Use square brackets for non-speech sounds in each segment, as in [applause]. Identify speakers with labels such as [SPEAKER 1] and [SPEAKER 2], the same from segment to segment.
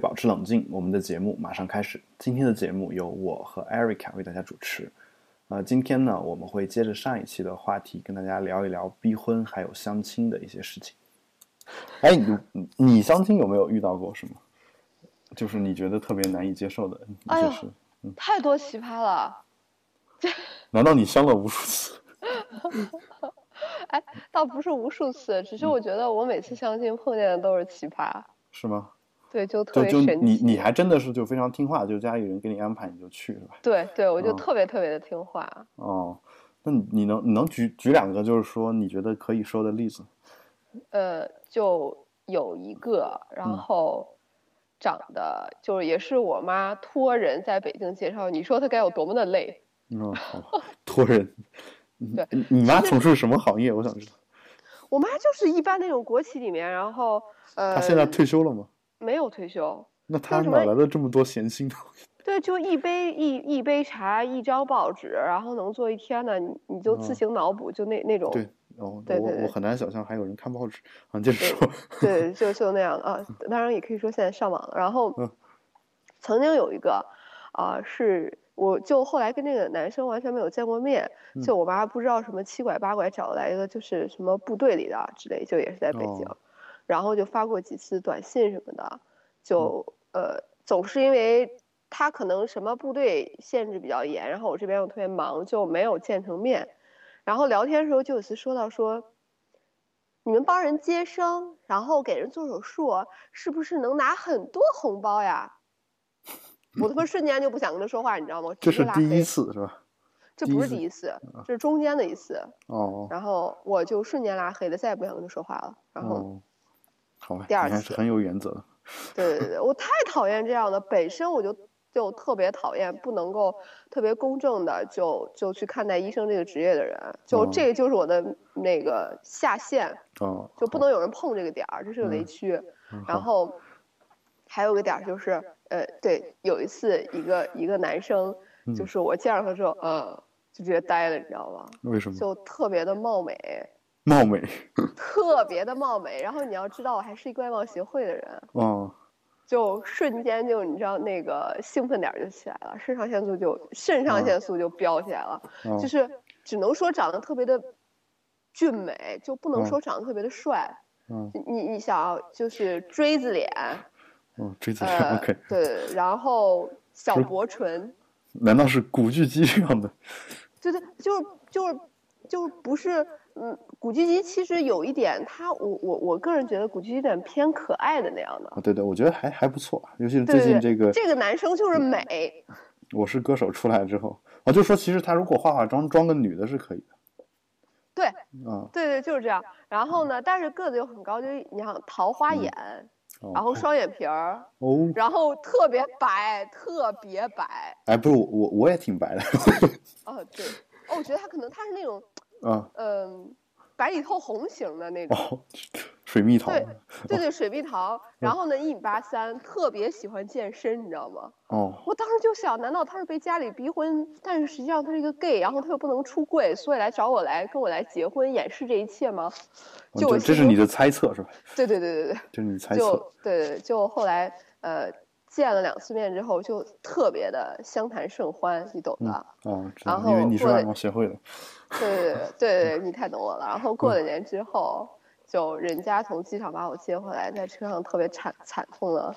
[SPEAKER 1] 保持冷静，我们的节目马上开始。今天的节目由我和 Erica 为大家主持。呃，今天呢，我们会接着上一期的话题，跟大家聊一聊逼婚还有相亲的一些事
[SPEAKER 2] [laughs]
[SPEAKER 1] 情。哎，你你相亲有没有遇到过什么？就是你觉得特别难以接受的一
[SPEAKER 2] 哎
[SPEAKER 1] 些
[SPEAKER 2] 呦
[SPEAKER 1] 事？
[SPEAKER 2] 太多奇葩了。
[SPEAKER 1] 难道你相了无数次？
[SPEAKER 2] 哎，倒不是无数次，只是
[SPEAKER 1] 嗯
[SPEAKER 2] 我觉得我每次相亲碰见的都是奇葩，
[SPEAKER 1] 是吗？
[SPEAKER 2] 对，就
[SPEAKER 1] 就
[SPEAKER 2] 特别
[SPEAKER 1] 就
[SPEAKER 2] 神
[SPEAKER 1] 你
[SPEAKER 2] 奇。
[SPEAKER 1] 你还真的是就非常听话，就家里人给你安排你就去是吧？
[SPEAKER 2] 对对，我就
[SPEAKER 1] 嗯
[SPEAKER 2] 特别特别的听话。
[SPEAKER 1] 哦，那你你能你能举举两个就是说你觉得可以说的例子？
[SPEAKER 2] 呃，就有一个，然
[SPEAKER 1] 嗯
[SPEAKER 2] 后长得就是也是我妈托人在北京介绍，你说她该有多么的累？
[SPEAKER 1] 嗯，好
[SPEAKER 2] [laughs]
[SPEAKER 1] 吧，托人。嗯
[SPEAKER 2] 对
[SPEAKER 1] 你，你妈从事什么行业？我想知道。
[SPEAKER 2] 我妈就是一般那种国企里面，然后呃，
[SPEAKER 1] 她现在退休了吗？
[SPEAKER 2] 没有退休，
[SPEAKER 1] 那她
[SPEAKER 2] 什
[SPEAKER 1] 哪
[SPEAKER 2] 么
[SPEAKER 1] 来的这么多闲心呢？
[SPEAKER 2] 对，就一杯一一杯茶，一张报纸，然后能做一天呢，你你就
[SPEAKER 1] 嗯
[SPEAKER 2] 自行脑补，就那那种，
[SPEAKER 1] 对，哦，
[SPEAKER 2] 对
[SPEAKER 1] 我
[SPEAKER 2] 对
[SPEAKER 1] 我
[SPEAKER 2] 对
[SPEAKER 1] 很难想象还有人看报纸啊。接着说， [laughs]
[SPEAKER 2] 对，就就那样的啊。当然也可以说现在上网了。然后
[SPEAKER 1] 嗯，
[SPEAKER 2] 曾经有一个啊、是我就后来跟那个男生完全没有见过面，
[SPEAKER 1] 嗯
[SPEAKER 2] 就我妈不知道什么七拐八拐找来一个就是什么部队里的之类，就也是在北京，
[SPEAKER 1] 哦
[SPEAKER 2] 然后就发过几次短信什么的，就、
[SPEAKER 1] 嗯
[SPEAKER 2] 呃总是因为。他可能什么部队限制比较严，然后我这边又特别忙，就没有见成面。然后聊天的时候就有一次说到说，你们帮人接生，然后给人做手术，是不是能拿很多红包呀？我他妈瞬间就不想跟他说话，你知道吗？
[SPEAKER 1] 这
[SPEAKER 2] 直接
[SPEAKER 1] 是
[SPEAKER 2] 拉
[SPEAKER 1] 第一
[SPEAKER 2] 黑，
[SPEAKER 1] 次是吧？
[SPEAKER 2] 这
[SPEAKER 1] 第一
[SPEAKER 2] 不是
[SPEAKER 1] 次嗯
[SPEAKER 2] 第一次，这是中间的一次。
[SPEAKER 1] 哦
[SPEAKER 2] 然后我就瞬间拉黑了，再也不想跟他说话了。然后，
[SPEAKER 1] 哦，好吧，
[SPEAKER 2] 第二
[SPEAKER 1] 你还
[SPEAKER 2] 次
[SPEAKER 1] 是很有原则的。
[SPEAKER 2] 对对对对，我太讨厌这样的，本身我就就特别讨厌不能够特别公正的就就去看待医生这个职业的人，啊就
[SPEAKER 1] 嗯
[SPEAKER 2] 这个就是我的那个下限。
[SPEAKER 1] 哦，
[SPEAKER 2] 就不能有人碰这个点儿，这是个雷
[SPEAKER 1] 嗯
[SPEAKER 2] 区。
[SPEAKER 1] 嗯
[SPEAKER 2] 然
[SPEAKER 1] 好
[SPEAKER 2] 后还有个点儿就是，呃，对，有一次一个一个男生，
[SPEAKER 1] 嗯
[SPEAKER 2] 就是我见着他之后，呃，就直接呆了，你知道吗？
[SPEAKER 1] 为什么
[SPEAKER 2] 就特别的貌美，
[SPEAKER 1] 貌美？
[SPEAKER 2] 特别的貌美。然后你要知道，我还是一个外貌协会的人，
[SPEAKER 1] 哦，
[SPEAKER 2] 就瞬间就你知道那个兴奋点儿就起来了，肾上腺素就肾上
[SPEAKER 1] 嗯
[SPEAKER 2] 腺素就飙起来了，
[SPEAKER 1] 哦
[SPEAKER 2] [laughs] 就是只能说长得特别的俊美，就不能
[SPEAKER 1] 嗯
[SPEAKER 2] 说长得特别的帅。
[SPEAKER 1] 嗯
[SPEAKER 2] 你你想啊就是锥
[SPEAKER 1] [laughs]
[SPEAKER 2] 子脸，
[SPEAKER 1] 哦，锥子脸
[SPEAKER 2] 呃，
[SPEAKER 1] ，OK。
[SPEAKER 2] 对，然后小薄唇，
[SPEAKER 1] 难道是古巨基这样的？
[SPEAKER 2] 对对，就是就是就是不是，嗯，古巨基其实有一点，他我我我个人觉得古巨基有点偏可爱的那样的，
[SPEAKER 1] 啊，对对，我觉得还还不错，啊尤其是
[SPEAKER 2] 对
[SPEAKER 1] 最近
[SPEAKER 2] 对对，
[SPEAKER 1] 这个嗯《
[SPEAKER 2] 这个男生就是美，
[SPEAKER 1] 我是歌手》出来之后，啊，就说其实他如果化化妆装个女的是可以
[SPEAKER 2] 对
[SPEAKER 1] 的啊。
[SPEAKER 2] 对对，就是这样。然后呢，但是个子又很高，就是你想桃花眼，
[SPEAKER 1] 哦
[SPEAKER 2] 然后双眼皮儿，
[SPEAKER 1] 哦，
[SPEAKER 2] 然后特别白，特别白，
[SPEAKER 1] 哎，不是我我我也挺白的
[SPEAKER 2] 哦对，哦我觉得他可能他是那种。
[SPEAKER 1] 啊，
[SPEAKER 2] 嗯，白里透红型的那种，
[SPEAKER 1] 哦，水蜜桃
[SPEAKER 2] 对对对，水蜜
[SPEAKER 1] [laughs]
[SPEAKER 2] 桃。然后呢，一米八三，特别喜欢健身，你知道吗？
[SPEAKER 1] 哦，
[SPEAKER 2] 我当时就想，难道他是被家里逼婚？但是实际上他是一个 gay，然后他又不能出柜，所以来找我来跟我来结婚，掩饰这一切吗？
[SPEAKER 1] 哦
[SPEAKER 2] 就我
[SPEAKER 1] 这这
[SPEAKER 2] 心
[SPEAKER 1] 是你的猜测是吧？
[SPEAKER 2] 对对对对
[SPEAKER 1] 这是你猜
[SPEAKER 2] 对，就
[SPEAKER 1] 测。
[SPEAKER 2] 对对对，就后来呃见了两次面之后，就特别的相谈甚欢，你懂的。
[SPEAKER 1] 啊，知
[SPEAKER 2] 然
[SPEAKER 1] 道，因为
[SPEAKER 2] 后
[SPEAKER 1] 你是
[SPEAKER 2] 过
[SPEAKER 1] 外
[SPEAKER 2] 了
[SPEAKER 1] 貌协会的，
[SPEAKER 2] [laughs] 对对对对对，你太懂我了。然后
[SPEAKER 1] 嗯
[SPEAKER 2] 过了年之后，就人家从机场把我接回来，在车上特别惨惨痛的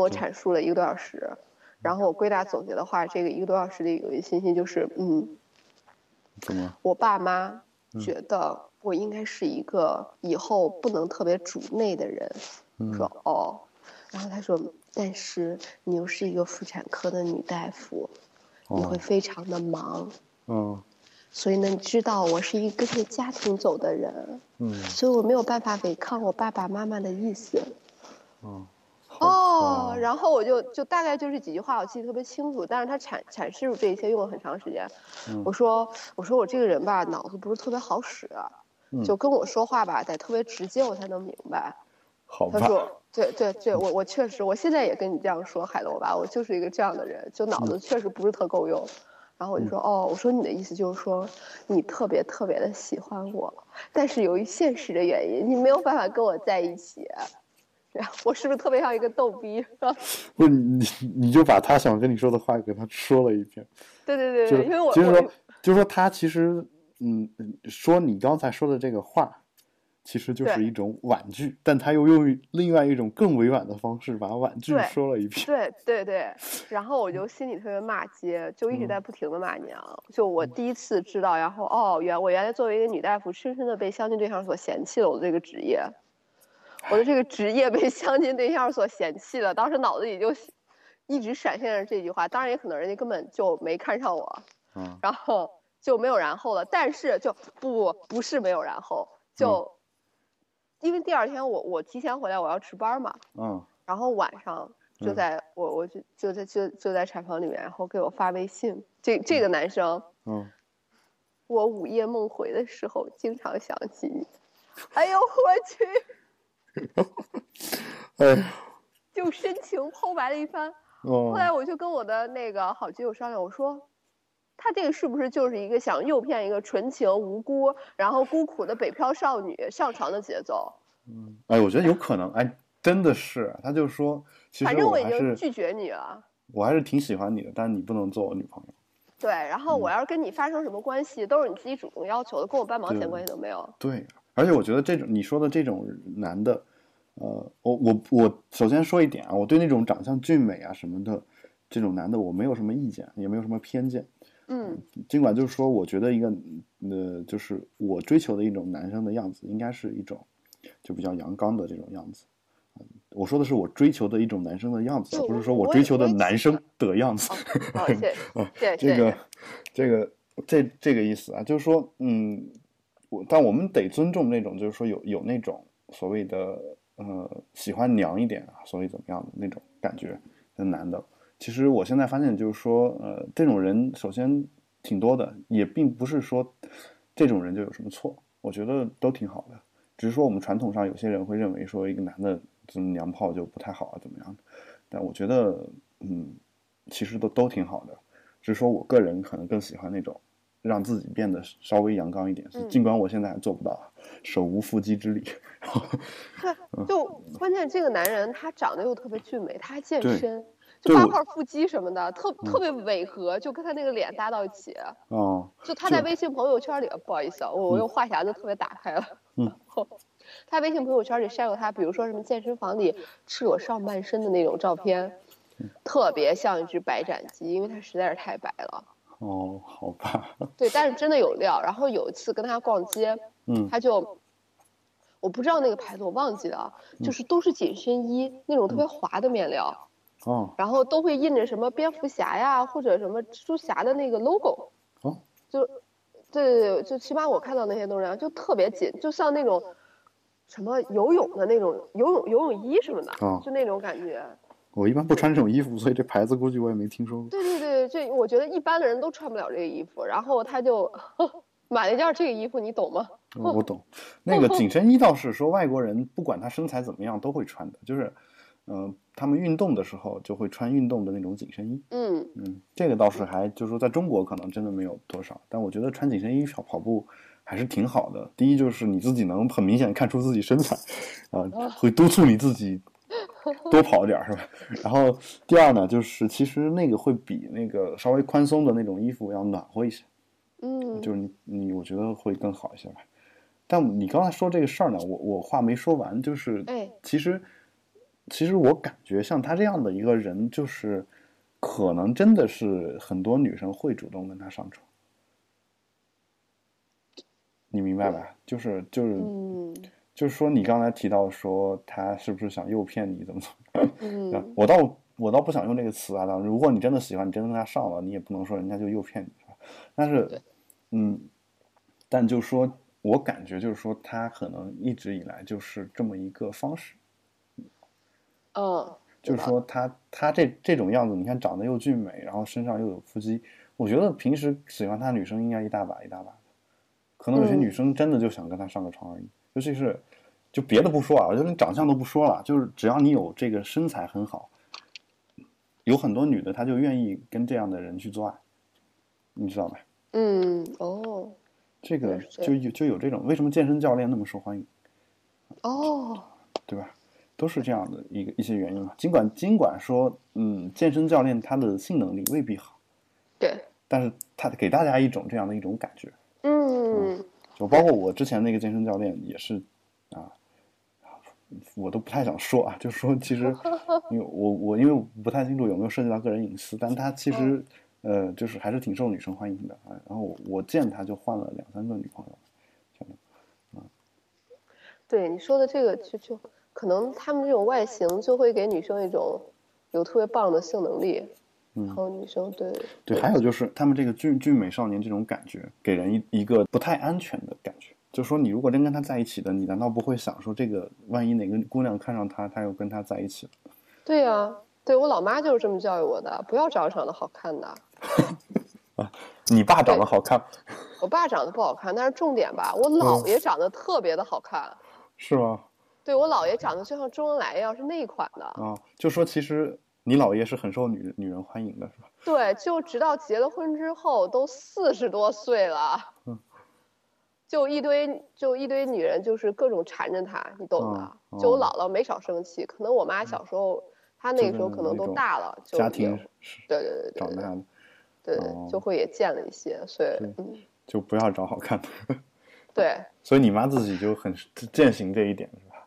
[SPEAKER 1] 嗯
[SPEAKER 2] 我阐述了一个多小时。然后我归纳总结的话，这个一个多小时的有一个信息就是，嗯，
[SPEAKER 1] 怎么？
[SPEAKER 2] 我爸妈
[SPEAKER 1] 嗯
[SPEAKER 2] 觉得我应该是一个以后不能特别主内的人。
[SPEAKER 1] 嗯
[SPEAKER 2] 我，说哦，然后他说，但是你又是一个妇产科的女大夫，你会
[SPEAKER 1] 哦，
[SPEAKER 2] 非常的忙。
[SPEAKER 1] 嗯
[SPEAKER 2] 所以呢，你知道我是一个跟着家庭走的人，
[SPEAKER 1] 嗯
[SPEAKER 2] 所以我没有办法违抗我爸爸妈妈的意思。
[SPEAKER 1] 嗯，好
[SPEAKER 2] 哦
[SPEAKER 1] 吧，
[SPEAKER 2] 然后我就就大概就这几句话，我记得特别清楚，但是他阐阐释这一切用了很长时间。
[SPEAKER 1] 嗯
[SPEAKER 2] 我说我说我这个人吧，脑子不是特别好使，
[SPEAKER 1] 嗯
[SPEAKER 2] 就跟我说话吧得特别直接，我才能明白。
[SPEAKER 1] 好
[SPEAKER 2] 他
[SPEAKER 1] 吧，
[SPEAKER 2] 说。对对对，我我确实，我现在也跟你这样说，海螺吧，我就是一个这样的人，就脑
[SPEAKER 1] 嗯
[SPEAKER 2] 子确实不是特够用。然后我就说，哦，我说你的意思就是说，你特别特别的喜欢我，但是由于现实的原因，你没有办法跟我在一起。 [laughs] 然后我是不是特别像一个逗逼？ [laughs]
[SPEAKER 1] 不，你你就把他想跟你说的话给他说了一遍。
[SPEAKER 2] 对对对
[SPEAKER 1] 就是
[SPEAKER 2] 对，因为我
[SPEAKER 1] 就是
[SPEAKER 2] 我
[SPEAKER 1] 说，就是说他其实嗯嗯说你刚才说的这个话，其实就是
[SPEAKER 2] 对
[SPEAKER 1] 一种婉拒，但他又用另外一种更委婉的方式把婉拒
[SPEAKER 2] 对
[SPEAKER 1] 说了一遍。
[SPEAKER 2] 对对对，然后我就心里特别骂街，就一直在不停的骂娘。就我第一次知道，然后哦，原我原来作为一个女大夫，深深的被相亲对象所嫌弃了我的这个职业，我的这个职业被相亲对象所嫌弃了。当时脑子里就一直闪现着这句话，当然也可能人家根本就没看上我，
[SPEAKER 1] 嗯
[SPEAKER 2] 然后就没有然后了。但是就不不是没有然后，就、因为第二天我我提前回来，我要值班嘛，
[SPEAKER 1] 嗯
[SPEAKER 2] 然后晚上就
[SPEAKER 1] 嗯
[SPEAKER 2] 在、我我就就在就就在产房里面，然后给我发微信。这这个男生，
[SPEAKER 1] 嗯，
[SPEAKER 2] 我午夜梦回的时候经常想起你。哎呦我去，
[SPEAKER 1] [laughs] 哎，
[SPEAKER 2] 就深情剖白了一番。后
[SPEAKER 1] 哦，
[SPEAKER 2] 来我就跟我的那个好基友商量，我说，他这个是不是就是一个想诱骗一个纯情无辜，然后孤苦的北漂少女上床的节奏？
[SPEAKER 1] 哎，我觉得有可能，哎，真的是，他就说，其
[SPEAKER 2] 反
[SPEAKER 1] 实
[SPEAKER 2] 正我已
[SPEAKER 1] 还
[SPEAKER 2] 经
[SPEAKER 1] 是
[SPEAKER 2] 拒绝你了。
[SPEAKER 1] 我还是挺喜欢你的，但是你不能做我女朋友。
[SPEAKER 2] 对，然后
[SPEAKER 1] 嗯
[SPEAKER 2] 我要是跟你发生什么关系，都是你自己主动要求的，跟我半毛
[SPEAKER 1] 对
[SPEAKER 2] 钱关系都没有。
[SPEAKER 1] 对，而且我觉得这种你说的这种男的，呃，我我我首先说一点啊，我对那种长相俊美啊什么的这种男的，我没有什么意见，也没有什么偏见。
[SPEAKER 2] 嗯，
[SPEAKER 1] 尽管就是说，我觉得一个呃，就是我追求的一种男生的样子，应该是一种就比较阳刚的这种样子。嗯我说的是我追求的一种男生的样子，
[SPEAKER 2] 就
[SPEAKER 1] 而不是
[SPEAKER 2] 我
[SPEAKER 1] 说我
[SPEAKER 2] 我
[SPEAKER 1] 追
[SPEAKER 2] 也
[SPEAKER 1] 求的
[SPEAKER 2] 我也
[SPEAKER 1] 男
[SPEAKER 2] 觉
[SPEAKER 1] 生的样 [laughs] 子。
[SPEAKER 2] 好，谢谢，谢谢，
[SPEAKER 1] 嗯哦这个
[SPEAKER 2] 谢谢，
[SPEAKER 1] 这个，这这个意思啊，就是说，嗯，我但我们得尊重那种，就是说有有那种所谓的呃喜欢娘一点啊，所谓怎么样的那种感觉的男的。其实我现在发现，就是说，呃，这种人首先挺多的，也并不是说这种人就有什么错，我觉得都挺好的。只是说我们传统上有些人会认为说一个男的这么娘炮就不太好啊，怎么样的？但我觉得，嗯，其实都都挺好的。只是说我个人可能更喜欢那种让自己变得稍微阳刚一点，
[SPEAKER 2] 嗯
[SPEAKER 1] 尽管我现在还做不到啊，手无缚鸡之力。然后
[SPEAKER 2] 对，就关键这个男人他长得又特别俊美，他还健
[SPEAKER 1] 对嗯
[SPEAKER 2] 身，
[SPEAKER 1] 对
[SPEAKER 2] 就八
[SPEAKER 1] 我
[SPEAKER 2] 块腹肌什么的，特特别违和，就跟他那个脸搭到一起。
[SPEAKER 1] 哦，
[SPEAKER 2] 就他
[SPEAKER 1] 就
[SPEAKER 2] 在微信朋友圈里，不好意思啊，我我又话匣子特别打开了。
[SPEAKER 1] 嗯
[SPEAKER 2] 然 [laughs] 后他微信朋友圈里晒过他，比如说什么健身房里赤裸上半身的那种照片，
[SPEAKER 1] 嗯
[SPEAKER 2] 特别像一只白斩鸡，因为他实在是太白了。
[SPEAKER 1] 哦，好吧，
[SPEAKER 2] 对，但是真的有料。然后有一次跟他逛街，
[SPEAKER 1] 嗯
[SPEAKER 2] 他就我不知道那个牌子，我忘记了啊，
[SPEAKER 1] 嗯
[SPEAKER 2] 就是都是紧身衣那种特别滑的面料，
[SPEAKER 1] 哦
[SPEAKER 2] 然后都会印着什么蝙蝠侠呀或者什么蜘蛛侠的那个 logo，
[SPEAKER 1] 哦
[SPEAKER 2] 就对对对，就起码我看到那些都是这样，就特别紧，就像那种什么游泳的那种游泳游泳衣什么的，
[SPEAKER 1] 哦
[SPEAKER 2] 就那种感觉。
[SPEAKER 1] 我一般不穿这种衣服，所以这牌子估计我也没听说过。
[SPEAKER 2] 对对对，这我觉得一般的人都穿不了这个衣服，然后他就 [laughs] 买了一件这个衣服，你懂吗？
[SPEAKER 1] 我我懂，那个紧身衣倒是说外国人不管他身材怎么样都会穿的，就是，嗯、他们运动的时候就会穿运动的那种紧身衣。
[SPEAKER 2] 嗯，
[SPEAKER 1] 嗯，这个倒是还就是说在中国可能真的没有多少，但我觉得穿紧身衣跑跑步还是挺好的。第一就是你自己能很明显看出自己身材，啊、会督促你自己多跑点儿是吧？ [laughs] 然后第二呢，就是其实那个会比那个稍微宽松的那种衣服要暖和一些。
[SPEAKER 2] 嗯，
[SPEAKER 1] 就是你你，我觉得会更好一些吧。但你刚才说这个事儿呢，我我话没说完，就是，
[SPEAKER 2] 哎
[SPEAKER 1] 其实其实我感觉像他这样的一个人，就是可能真的是很多女生会主动跟他上床，你明白吧？就是就是
[SPEAKER 2] 嗯
[SPEAKER 1] 就是说，你刚才提到说他是不是想诱骗你，怎么怎么样？对
[SPEAKER 2] 嗯，
[SPEAKER 1] 我倒我倒不想用这个词啊，当然，如果你真的喜欢，你真的跟他上了，你也不能说人家就诱骗你，是吧？但是
[SPEAKER 2] 对，
[SPEAKER 1] 嗯，但就说，我感觉就是说，他可能一直以来就是这么一个方式，
[SPEAKER 2] 嗯，
[SPEAKER 1] 就是说他他这这种样子，你看长得又俊美，然后身上又有腹肌，我觉得平时喜欢他的女生应该一大把一大把的，可能有些
[SPEAKER 2] 嗯
[SPEAKER 1] 女生真的就想跟他上个床而已，尤其是就别的不说啊，我觉得你长相都不说了，就是只要你有这个身材很好，有很多女的她就愿意跟这样的人去做爱，你知道吧？
[SPEAKER 2] 嗯，哦，
[SPEAKER 1] 这个
[SPEAKER 2] 对是这
[SPEAKER 1] 就有就有这种，为什么健身教练那么受欢迎，
[SPEAKER 2] 哦，
[SPEAKER 1] 对吧？都是这样的一个一些原因嘛。尽管尽管说，嗯，健身教练他的性能力未必好，
[SPEAKER 2] 对，
[SPEAKER 1] 但是他给大家一种这样的一种感觉，
[SPEAKER 2] 嗯，
[SPEAKER 1] 就包括我之前那个健身教练也是，啊，我都不太想说啊，就说其实，因为我我因为我不太清楚有没有涉及到个人隐私，但他其实呃就是还是挺受女生欢迎的啊。然后我我见他就换了两三个女朋友，
[SPEAKER 2] 对你说的这个就就可能他们这种外形就会给女生一种有特别棒的性能力，
[SPEAKER 1] 嗯
[SPEAKER 2] 然后女生对
[SPEAKER 1] 对，还有就是他们这个俊俊美少年这种感觉，给人一一个不太安全的感觉。就是说，你如果真跟他在一起的，你难道不会想说，这个万一哪个姑娘看上他，他又跟他在一起了？
[SPEAKER 2] 对呀、对我老妈就是这么教育我的，不要找长得好看的。
[SPEAKER 1] 你爸长得
[SPEAKER 2] 对
[SPEAKER 1] 好看
[SPEAKER 2] 我爸长得不好看，但是重点吧，我姥爷长得特别的好看。
[SPEAKER 1] 是吗？
[SPEAKER 2] 对我姥爷长得就像周恩来一样，是那一款的。
[SPEAKER 1] 啊，就说其实你姥爷是很受女女人欢迎的，是吧？
[SPEAKER 2] 对，就直到结了婚之后，都四十多岁了
[SPEAKER 1] 嗯，
[SPEAKER 2] [laughs] 就一堆就一堆女人，就是各种缠着他，你懂的。
[SPEAKER 1] 嗯
[SPEAKER 2] 就我
[SPEAKER 1] 嗯
[SPEAKER 2] 姥姥没少生气，可能我妈小时候，她那个时候
[SPEAKER 1] 就是
[SPEAKER 2] 可能
[SPEAKER 1] 那
[SPEAKER 2] 都
[SPEAKER 1] 种
[SPEAKER 2] 大了，就
[SPEAKER 1] 家
[SPEAKER 2] 也
[SPEAKER 1] 庭是
[SPEAKER 2] 对对对
[SPEAKER 1] 长
[SPEAKER 2] 对
[SPEAKER 1] 大的，
[SPEAKER 2] 对
[SPEAKER 1] 哦
[SPEAKER 2] 对，就会也见了一些，所以
[SPEAKER 1] 对
[SPEAKER 2] 嗯，
[SPEAKER 1] 就不要找好看的。 [laughs]
[SPEAKER 2] 对，
[SPEAKER 1] 所以你妈自己就很践行这一点，是吧？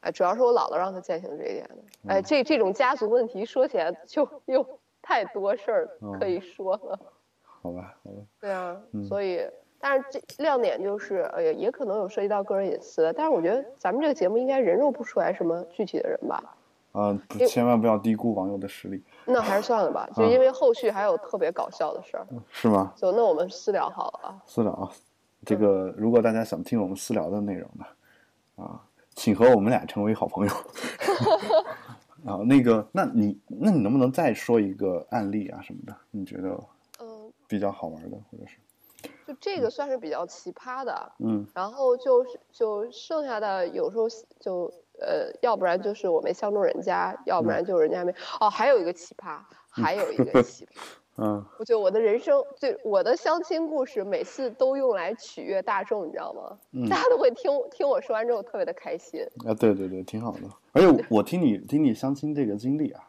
[SPEAKER 2] 哎，主要是我姥姥让她践行这一点的。
[SPEAKER 1] 嗯
[SPEAKER 2] 哎，这这种家族问题说起来就 [laughs] 又太多事儿
[SPEAKER 1] 嗯
[SPEAKER 2] 可以说了。
[SPEAKER 1] 好吧，好吧，
[SPEAKER 2] 对啊，
[SPEAKER 1] 嗯
[SPEAKER 2] 所以，但是这亮点就是，呃，也也可能有涉及到个人隐私，但是我觉得咱们这个节目应该人肉不出来什么具体的人吧，
[SPEAKER 1] 啊、不千万不要低估网友的实力，
[SPEAKER 2] 那还是算了吧，就因为后续还有特别搞笑的事儿，
[SPEAKER 1] 是吗？
[SPEAKER 2] 就那我们私聊好了啊。
[SPEAKER 1] 私聊啊，这
[SPEAKER 2] 嗯
[SPEAKER 1] 个如果大家想听我们私聊的内容呢，啊，请和我们俩成为好
[SPEAKER 2] [laughs]
[SPEAKER 1] 朋友。啊，那个，那你那你能不能再说一个案例啊什么的？你觉得
[SPEAKER 2] 嗯，
[SPEAKER 1] 比较好玩的，或者是
[SPEAKER 2] 就这个算是比较奇葩的，
[SPEAKER 1] 嗯
[SPEAKER 2] 然后就是就剩下的有时候就呃，要不然就是我没相中人家，要不然就是人家没哦，还有一个奇葩，还有一个奇葩。
[SPEAKER 1] 嗯
[SPEAKER 2] 我觉得我的人生，对我的相亲故事，每次都用来取悦大众，你知道吗？
[SPEAKER 1] 嗯
[SPEAKER 2] 大家都会听听我说完之后特别的开心。
[SPEAKER 1] 啊，对对对，挺好的。而且我听你听你相亲这个经历啊，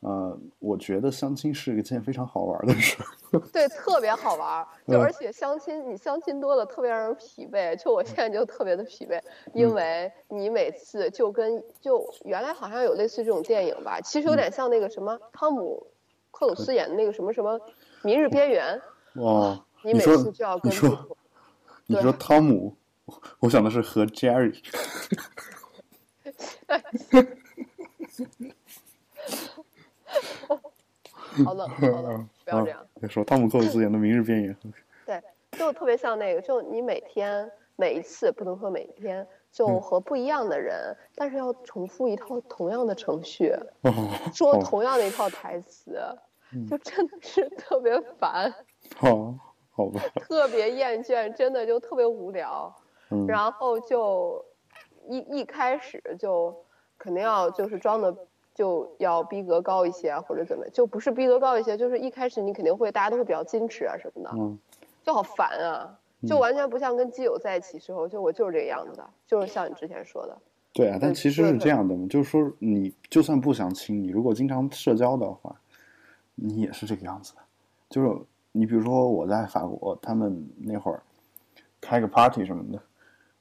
[SPEAKER 1] 呃，我觉得相亲是一件非常好玩的事儿。
[SPEAKER 2] 对，特别好玩儿。就
[SPEAKER 1] 嗯
[SPEAKER 2] 而且相亲，你相亲多了特别让人疲惫。就我现在就特别的疲惫，因
[SPEAKER 1] 嗯
[SPEAKER 2] 为你每次就跟就原来好像有类似这种电影吧，其
[SPEAKER 1] 嗯
[SPEAKER 2] 实有点像那个什么汤姆克鲁斯演的那个什么什么《明日边缘》，
[SPEAKER 1] 哦，
[SPEAKER 2] 你
[SPEAKER 1] 你
[SPEAKER 2] 每
[SPEAKER 1] 说
[SPEAKER 2] 次就要
[SPEAKER 1] 你
[SPEAKER 2] 跟
[SPEAKER 1] 说
[SPEAKER 2] 不同
[SPEAKER 1] 你
[SPEAKER 2] 对
[SPEAKER 1] 说汤姆，我我想的是和 Jerry，
[SPEAKER 2] 好冷
[SPEAKER 1] [laughs]
[SPEAKER 2] 好冷，不要这样。
[SPEAKER 1] 啊别说汤姆克鲁斯演的《明日边
[SPEAKER 2] [laughs]
[SPEAKER 1] 缘》
[SPEAKER 2] 对，就特别像那个，就你每天每一次不能说每天，
[SPEAKER 1] 嗯
[SPEAKER 2] 就和不一样的人，但是要重复一套同样的程序，
[SPEAKER 1] 哦，嗯
[SPEAKER 2] 说
[SPEAKER 1] 好
[SPEAKER 2] 同样的一套台词，就真的是特别烦，
[SPEAKER 1] [laughs] 好哦好吧，
[SPEAKER 2] 特别厌倦，真的就特别无聊。
[SPEAKER 1] 嗯
[SPEAKER 2] 然后就一一开始就肯定要就是装的就要逼格高一些啊，或者怎么，就不是逼格高一些，就是一开始你肯定会大家都会比较矜持啊什么的。
[SPEAKER 1] 嗯
[SPEAKER 2] 就好烦啊，就
[SPEAKER 1] 嗯
[SPEAKER 2] 完全不像跟基友在一起时候，就我就是这个样子的，就是像你之前说的，
[SPEAKER 1] 对啊，但
[SPEAKER 2] 对
[SPEAKER 1] 其实
[SPEAKER 2] 对
[SPEAKER 1] 是
[SPEAKER 2] 对
[SPEAKER 1] 这样的嘛，就是说你就算不想亲，你如果经常社交的话，你也是这个样子的。就是你比如说我在法国，他们那会儿开个 party 什么的，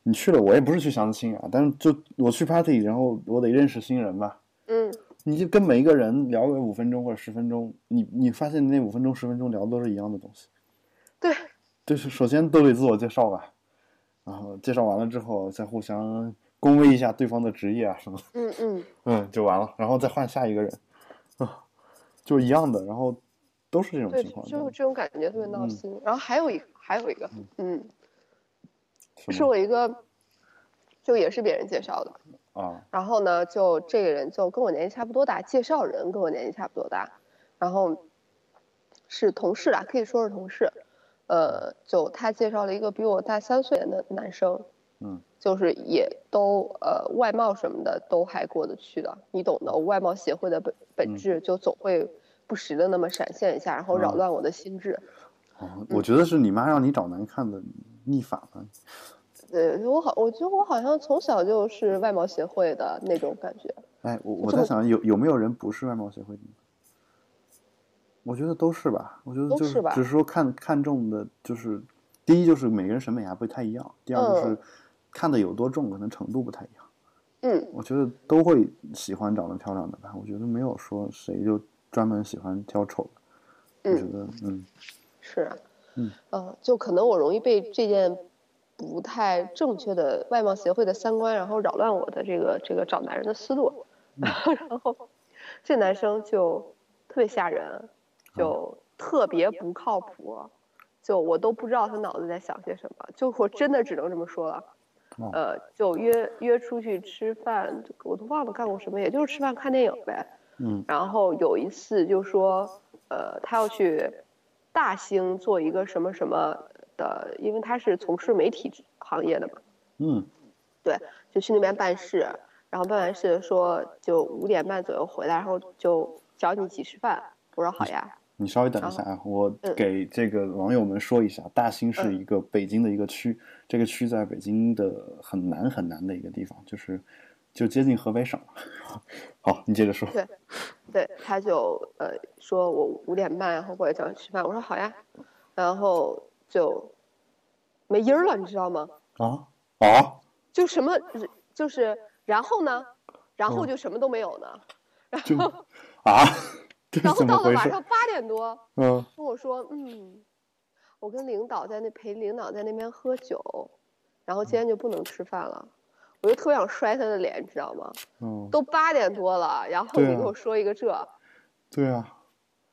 [SPEAKER 1] 你去了，我也不是去相亲啊，但是就我去 party，然后我得认识新人吧。
[SPEAKER 2] 嗯，
[SPEAKER 1] 你就跟每一个人聊个五分钟或者十分钟，你你发现那五分钟十分钟聊的都是一样的东西。
[SPEAKER 2] 对，
[SPEAKER 1] 就是首先都得自我介绍吧，然后介绍完了之后再互相恭维一下对方的职业啊什么的。
[SPEAKER 2] 嗯嗯，
[SPEAKER 1] 嗯，就完了，然后再换下一个人，啊，就一样的，然后都是这种
[SPEAKER 2] 对，
[SPEAKER 1] 情
[SPEAKER 2] 就
[SPEAKER 1] 况。
[SPEAKER 2] 就是这种感觉特别闹
[SPEAKER 1] 嗯
[SPEAKER 2] 心。然后还有一个，还有一个，嗯，
[SPEAKER 1] 是
[SPEAKER 2] 是
[SPEAKER 1] 吗
[SPEAKER 2] 我一个，就也是别人介绍的，
[SPEAKER 1] 啊，
[SPEAKER 2] 然后呢，就这个人就跟我年纪差不多大，介绍人跟我年纪差不多大，然后是同事啦，可以说是同事。呃，就他介绍了一个比我大三岁的男生，
[SPEAKER 1] 嗯，
[SPEAKER 2] 就是也都呃外貌什么的都还过得去的，你懂的。外貌协会的本本质就总会不时的那么闪现一下，然后扰
[SPEAKER 1] 嗯
[SPEAKER 2] 乱我的心智。
[SPEAKER 1] 哦我觉得是你妈让你找难看的逆反了。
[SPEAKER 2] 呃，我好，我觉得我好像从小就是外貌协会的那种感觉。
[SPEAKER 1] 哎，我
[SPEAKER 2] 我
[SPEAKER 1] 我
[SPEAKER 2] 这
[SPEAKER 1] 在
[SPEAKER 2] 么
[SPEAKER 1] 想，有有没有人不是外貌协会的呢？我觉得都是吧，我觉得
[SPEAKER 2] 都
[SPEAKER 1] 就是
[SPEAKER 2] 吧
[SPEAKER 1] 只是说看看重的，就是第一就是每个人审美还不太一样，第二就是
[SPEAKER 2] 嗯
[SPEAKER 1] 看的有多重，可能程度不太一样。
[SPEAKER 2] 嗯，
[SPEAKER 1] 我觉得都会喜欢长得漂亮的吧，我觉得没有说谁就专门喜欢挑丑的。我
[SPEAKER 2] 嗯
[SPEAKER 1] 觉得，嗯
[SPEAKER 2] 是啊，
[SPEAKER 1] 嗯
[SPEAKER 2] 呃就可能我容易被这件不太正确的外貌协会的三观，然后扰乱我的这个这个找男人的思路，
[SPEAKER 1] 嗯
[SPEAKER 2] [laughs] 然后这男生就特别吓人，就
[SPEAKER 1] 啊
[SPEAKER 2] 特别不靠谱，就我都不知道他脑子在想些什么，就我真的只能这么说了
[SPEAKER 1] 哦。
[SPEAKER 2] 呃，就约约出去吃饭，我都忘了干过什么，也就是吃饭看电影呗。
[SPEAKER 1] 嗯
[SPEAKER 2] 然后有一次就说，呃，他要去大兴做一个什么什么的，因为他是从事媒体行业的嘛，
[SPEAKER 1] 嗯
[SPEAKER 2] 就去那边办事。然后办完事说就五点半左右回来，然后就找你一起吃饭。我说好呀，
[SPEAKER 1] 你稍微等一下啊，我
[SPEAKER 2] 嗯
[SPEAKER 1] 给这个网友们说一下，大兴是
[SPEAKER 2] 嗯
[SPEAKER 1] 一个北京的一个区，这个区在北京的很南很南的一个地方，就是就接近河北省了。 [laughs] 好，你接着说。
[SPEAKER 2] 对对，他就呃说我五点半然后过来找你吃饭。我说好呀，然后就没音儿了，你知道吗？
[SPEAKER 1] 啊啊！
[SPEAKER 2] 就什么就是然后呢，然后
[SPEAKER 1] 嗯
[SPEAKER 2] 就什么都没有呢。
[SPEAKER 1] 就啊， [laughs] 这
[SPEAKER 2] [laughs] 然
[SPEAKER 1] 是
[SPEAKER 2] 后
[SPEAKER 1] 怎么
[SPEAKER 2] 到了
[SPEAKER 1] 回
[SPEAKER 2] 晚
[SPEAKER 1] 事
[SPEAKER 2] 上？八点多，
[SPEAKER 1] 嗯
[SPEAKER 2] 跟我说，嗯，我跟领导在那陪领导在那边喝酒，然后今天就不能吃饭了。我就特别想摔他的脸，你知道吗？
[SPEAKER 1] 嗯，
[SPEAKER 2] 都八点多了，然后
[SPEAKER 1] 对
[SPEAKER 2] 你
[SPEAKER 1] 啊
[SPEAKER 2] 给我说一个这，
[SPEAKER 1] 对啊，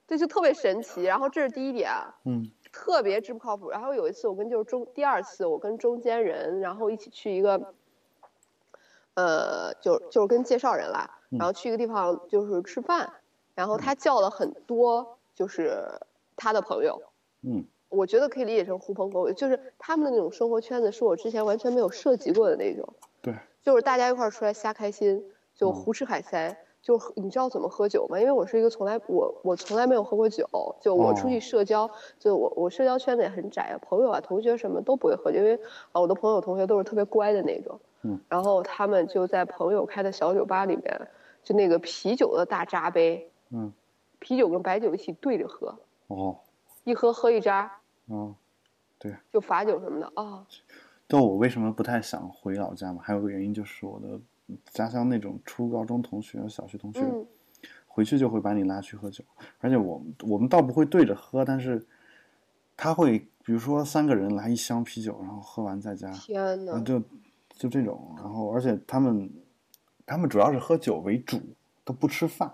[SPEAKER 2] 这就特别神奇。然后这是第一点，
[SPEAKER 1] 嗯
[SPEAKER 2] 特别之不靠谱。然后有一次我跟就是中第二次我跟中间人，然后一起去一个，呃，就就是跟介绍人啦，
[SPEAKER 1] 嗯
[SPEAKER 2] 然后去一个地方就是吃饭，然后他叫了很多就是他的朋友，
[SPEAKER 1] 嗯
[SPEAKER 2] 我觉得可以理解成狐朋狗友，就是他们的那种生活圈子是我之前完全没有涉及过的那种，
[SPEAKER 1] 对，
[SPEAKER 2] 就是大家一块儿出来瞎开心，就
[SPEAKER 1] 嗯
[SPEAKER 2] 胡吃海塞。就喝你知道怎么喝酒吗？因为我是一个从来我我从来没有喝过酒，就我出去
[SPEAKER 1] 哦
[SPEAKER 2] 社交，就我我社交圈子也很窄，朋友啊、同学什么都不会喝酒，因为啊我的朋友同学都是特别乖的那种，
[SPEAKER 1] 嗯，
[SPEAKER 2] 然后他们就在朋友开的小酒吧里面，就那个啤酒的大扎杯，
[SPEAKER 1] 嗯
[SPEAKER 2] 啤酒跟白酒一起对着喝，
[SPEAKER 1] 哦
[SPEAKER 2] 一喝喝一扎
[SPEAKER 1] 嗯。
[SPEAKER 2] 就罚酒什么的啊、
[SPEAKER 1] 但我为什么不太想回老家嘛？还有个原因就是我的家乡那种初高中同学、小学同学，
[SPEAKER 2] 嗯
[SPEAKER 1] 回去就会把你拉去喝酒，而且我我们倒不会对着喝，但是他会比如说三个人来一箱啤酒，然后喝完在家，
[SPEAKER 2] 天
[SPEAKER 1] 然后啊
[SPEAKER 2] 呐，
[SPEAKER 1] 就就这种，然后而且他们他们主要是喝酒为主，都不吃饭，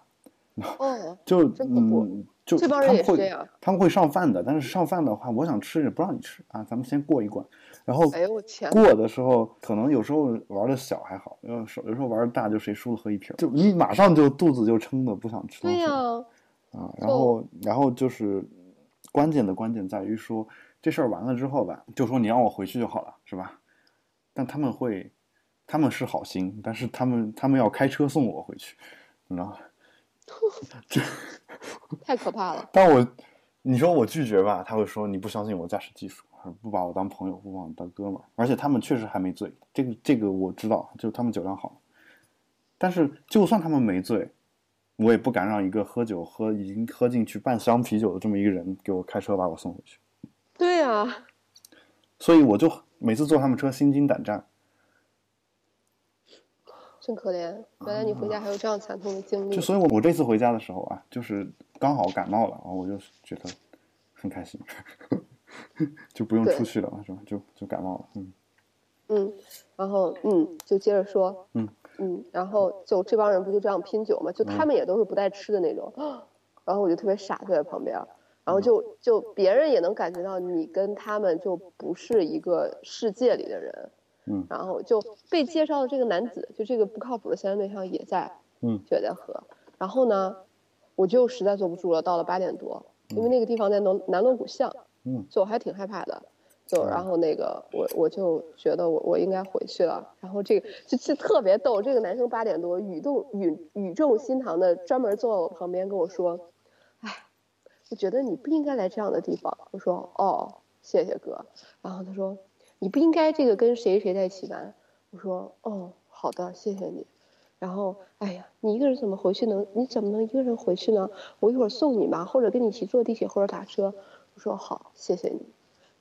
[SPEAKER 2] 哦，
[SPEAKER 1] 就
[SPEAKER 2] 真恐怖
[SPEAKER 1] 嗯，就
[SPEAKER 2] 这帮人
[SPEAKER 1] 他们
[SPEAKER 2] 也是
[SPEAKER 1] 会
[SPEAKER 2] 这样
[SPEAKER 1] 他们会上饭的，但是上饭的话，我想吃也不让你吃啊，咱们先过一关，然后
[SPEAKER 2] 哎呦我天呐，
[SPEAKER 1] 过的时候，可能有时候玩的小还好，有时候有时候玩的大就谁输了喝一瓶儿，就你马上就肚子就撑的不想吃东
[SPEAKER 2] 对
[SPEAKER 1] 西
[SPEAKER 2] 呀、
[SPEAKER 1] 了啊。然
[SPEAKER 2] 就
[SPEAKER 1] 后然后就是关键的关键在于说这事儿完了之后吧，就说你让我回去就好了，是吧？但他们会，他们是好心，但是他们他们要开车送我回去，你知道吗？
[SPEAKER 2] 太可怕了，
[SPEAKER 1] 但我你说我拒绝吧，他会说你不相信我驾驶技术，不把我当朋友，不把我当哥们儿。而且他们确实还没醉，这个这个我知道，就是他们酒量好。但是就算他们没醉，我也不敢让一个喝酒喝已经喝进去半箱啤酒的这么一个人给我开车把我送回去。
[SPEAKER 2] 对呀、
[SPEAKER 1] 所以我就每次坐他们车心惊胆战。
[SPEAKER 2] 真可怜。原来你回家还有这样惨痛的经历
[SPEAKER 1] 就，所以我，我这次回家的时候啊，就是刚好感冒了，然后我就觉得很开心， [laughs] 就不用
[SPEAKER 2] 对
[SPEAKER 1] 出去了嘛，是吧？就就感冒了，嗯。
[SPEAKER 2] 嗯，然后嗯，就接着说，
[SPEAKER 1] 嗯
[SPEAKER 2] 嗯然后就这帮人不就这样拼酒嘛，就他们也都是不带吃的那种， [gasps] 然后我就特别傻坐在旁边儿，然
[SPEAKER 1] 嗯
[SPEAKER 2] 后就就别人也能感觉到你跟他们就不是一个世界里的人，
[SPEAKER 1] 嗯
[SPEAKER 2] 然后就被介绍的这个男子，就这个不靠谱的相亲对象也在，
[SPEAKER 1] 嗯
[SPEAKER 2] 就也在喝，然后呢，我就实在坐不住了，到了八点多，因为那个地方在南南锣鼓巷，
[SPEAKER 1] 嗯，
[SPEAKER 2] 就我还挺害怕的，就
[SPEAKER 1] 嗯
[SPEAKER 2] 然后那个我我就觉得我我应该回去了，然后这个就就特别逗，这个男生八点多语重语语重心长的专门坐到我旁边跟我说，哎，我觉得你不应该来这样的地方。我说哦，谢谢哥。然后他说，你不应该这个跟谁谁在一起玩。我说哦，好的，谢谢你。然后，哎呀，你一个人怎么回去能？你怎么能一个人回去呢？我一会儿送你吧，或者跟你一起坐地铁或者打车。我说好，谢谢你。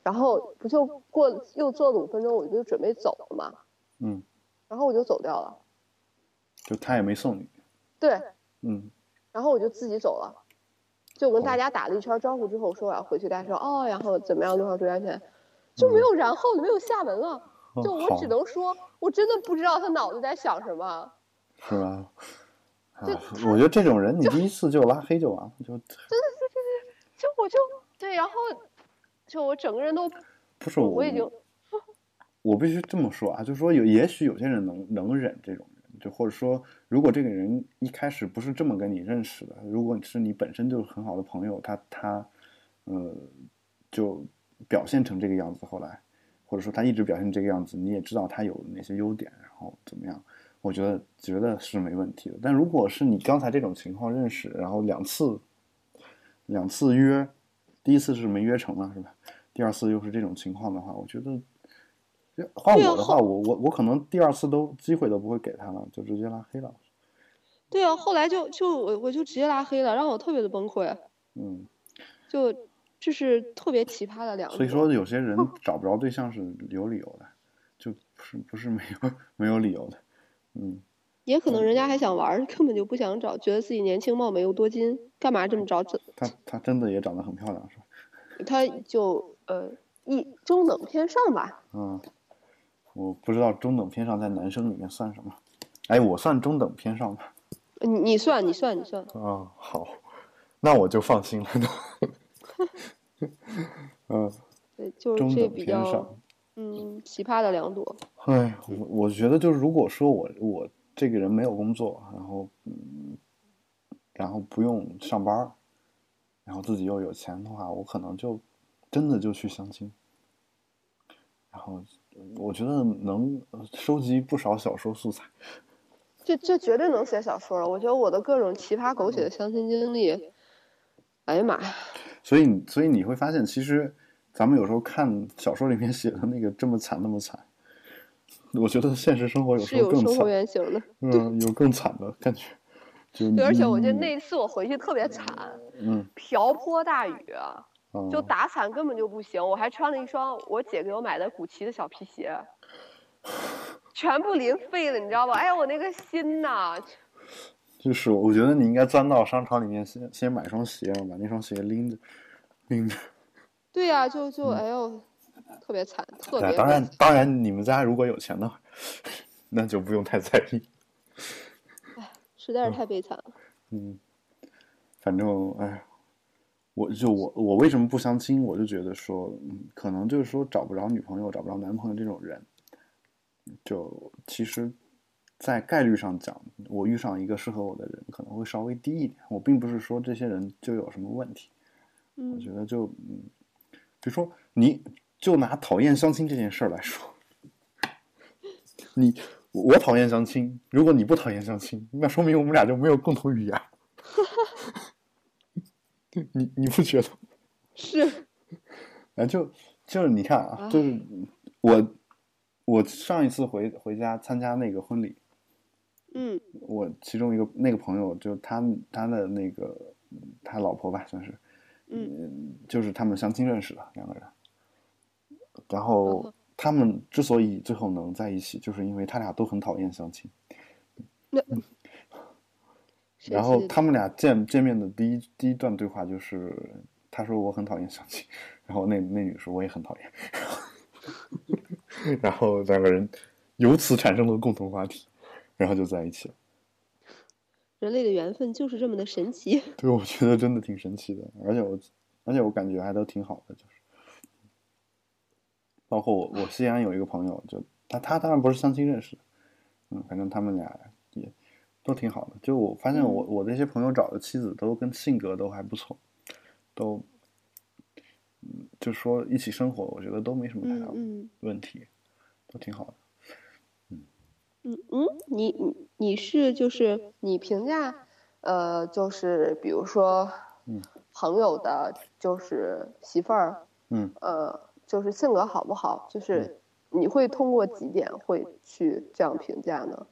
[SPEAKER 2] 然后不就过又坐了五分钟，我就准备走了嘛。
[SPEAKER 1] 嗯，
[SPEAKER 2] 然后我就走掉了。
[SPEAKER 1] 就他也没送你，
[SPEAKER 2] 对，
[SPEAKER 1] 嗯，
[SPEAKER 2] 然后我就自己走了。就我跟大家打了一圈招呼之后，我说我要回去。大家说哦，然后怎么样多少多少钱，就没有然后了，没有下文了。
[SPEAKER 1] 哦
[SPEAKER 2] 就我
[SPEAKER 1] 好
[SPEAKER 2] 只能说，我真的不知道他脑子在想什么。
[SPEAKER 1] 是
[SPEAKER 2] [laughs]
[SPEAKER 1] 吧？啊
[SPEAKER 2] 就，
[SPEAKER 1] 我觉得这种人，你第一次就拉黑就完了，就
[SPEAKER 2] 就我就对，然后就我整个人都
[SPEAKER 1] 不是
[SPEAKER 2] 我
[SPEAKER 1] 我，
[SPEAKER 2] 我已经
[SPEAKER 1] 我必须这么说啊，就是说有，也许有些人能能忍这种人，就或者说，如果这个人一开始不是这么跟你认识的，如果是你本身就是很好的朋友，他他，呃，就表现成这个样子，后来，或者说他一直表现这个样子，你也知道他有哪些优点，然后怎么样，我觉得觉得是没问题的。但如果是你刚才这种情况认识，然后两次，两次约，第一次是没约成了，是吧？第二次又是这种情况的话，我觉得。就换
[SPEAKER 2] 对啊
[SPEAKER 1] 我的话，
[SPEAKER 2] 后
[SPEAKER 1] 我我我可能第二次都机会都不会给他了，就直接拉黑了。
[SPEAKER 2] 对啊，后来就就我我就直接拉黑了，让我特别的崩溃，
[SPEAKER 1] 嗯，
[SPEAKER 2] 就这是特别奇葩的两个。
[SPEAKER 1] 所以说有些
[SPEAKER 2] 哦
[SPEAKER 1] 人找不着对象是有理由的，就不是不是没有没有理由的。嗯，
[SPEAKER 2] 也可能人家还想玩儿，根本就不想找，觉得自己年轻貌美又多金，干嘛
[SPEAKER 1] 嗯
[SPEAKER 2] 这么着？这
[SPEAKER 1] 她她真的也长得很漂亮，是吧？
[SPEAKER 2] 他就呃一中等偏上吧，
[SPEAKER 1] 嗯，我不知道中等偏上在男生里面算什么。哎，我算中等偏上吧。
[SPEAKER 2] 你你算你算你算，
[SPEAKER 1] 啊、好，那我就放心了。 [laughs] 嗯，
[SPEAKER 2] 对，就是
[SPEAKER 1] 中
[SPEAKER 2] 这
[SPEAKER 1] 等
[SPEAKER 2] 比
[SPEAKER 1] 偏上
[SPEAKER 2] 较。嗯奇葩的两朵。
[SPEAKER 1] 哎，我我觉得就是，如果说我我这个人没有工作，然后嗯，然后不用上班儿，然后自己又有钱的话，我可能就真的就去相亲。然后我觉得能呃收集不少小说素材。
[SPEAKER 2] 这这绝对能写小说了。我觉得我的各种奇葩狗血的相亲经历，哎呀妈呀，
[SPEAKER 1] 所以，所以你会发现，其实咱们有时候看小说里面写的那个这么惨那么惨，我觉得现实生活有时
[SPEAKER 2] 是
[SPEAKER 1] 候
[SPEAKER 2] 有
[SPEAKER 1] 更
[SPEAKER 2] 生活
[SPEAKER 1] 惨，
[SPEAKER 2] 原型的。
[SPEAKER 1] 嗯，有更惨的感觉。就
[SPEAKER 2] 对，而且我觉得
[SPEAKER 1] 你
[SPEAKER 2] 那一次我回去特别惨，
[SPEAKER 1] 嗯
[SPEAKER 2] 瓢泼大雨啊，
[SPEAKER 1] 嗯
[SPEAKER 2] 就打伞根本就不行。我还穿了一双我姐给我买的古奇的小皮鞋，全部淋废了，你知道吧？哎呀，我那个心呐、
[SPEAKER 1] 就是我觉得你应该钻到商场里面先先买双鞋，把那双鞋拎着拎着。
[SPEAKER 2] 对呀、就就哎呦，特别惨，特
[SPEAKER 1] 哎嗯
[SPEAKER 2] 别。
[SPEAKER 1] 当然，当然，你们家如果有钱的话， [laughs] 那就不用太在意。
[SPEAKER 2] 实在是太悲惨了。
[SPEAKER 1] 嗯，反正哎，我就我我为什么不相亲？我就觉得说，嗯，可能就是说找不着女朋友、找不着男朋友这种人，就其实，在概率上讲，我遇上一个适合我的人可能会稍微低一点。我并不是说这些人就有什么问题，我
[SPEAKER 2] 嗯
[SPEAKER 1] 觉得就嗯，比如说你就拿讨厌相亲这件事儿来说，你我讨厌相亲，如果你不讨厌相亲，那说明我们俩就没有共同语言。 [laughs] 你你不觉得？
[SPEAKER 2] 是，
[SPEAKER 1] 哎，就就是你看啊，
[SPEAKER 2] 啊
[SPEAKER 1] 就是我我上一次回回家参加那个婚礼，
[SPEAKER 2] 嗯
[SPEAKER 1] 我其中一个那个朋友，就是他他的那个他老婆吧，算是，
[SPEAKER 2] 嗯
[SPEAKER 1] 嗯，就是他们相亲认识的两个人。然后他们之所以最后能在一起，就是因为他俩都很讨厌相亲。
[SPEAKER 2] 那。神
[SPEAKER 1] 然
[SPEAKER 2] 奇
[SPEAKER 1] 后
[SPEAKER 2] 的
[SPEAKER 1] 他们俩见见面的第一第一段对话就是，他说我很讨厌相亲， [laughs] 然后那那女说我也很讨厌， [laughs] 然后两个人由此产生了共同话题，然后就在一起了。
[SPEAKER 2] 人类的缘分就是这么的神奇。
[SPEAKER 1] 对，我觉得真的挺神奇的，而且我，而且我感觉还都挺好的，就是，包括我，我西安有一个朋友，就他他当然不是相亲认识的，嗯，反正他们俩也都挺好的。就我发现我
[SPEAKER 2] 嗯
[SPEAKER 1] 我那些朋友找的妻子都跟性格都还不错，都，嗯，就说一起生活，我觉得都没什么太大
[SPEAKER 2] 嗯
[SPEAKER 1] 问题，都挺好的。
[SPEAKER 2] 嗯嗯，你你你是就是你评价，呃，就是比如说，
[SPEAKER 1] 嗯
[SPEAKER 2] 朋友的，就是媳妇儿，
[SPEAKER 1] 嗯
[SPEAKER 2] 呃，就是性格好不好，就是你会通过几点会去这样评价呢？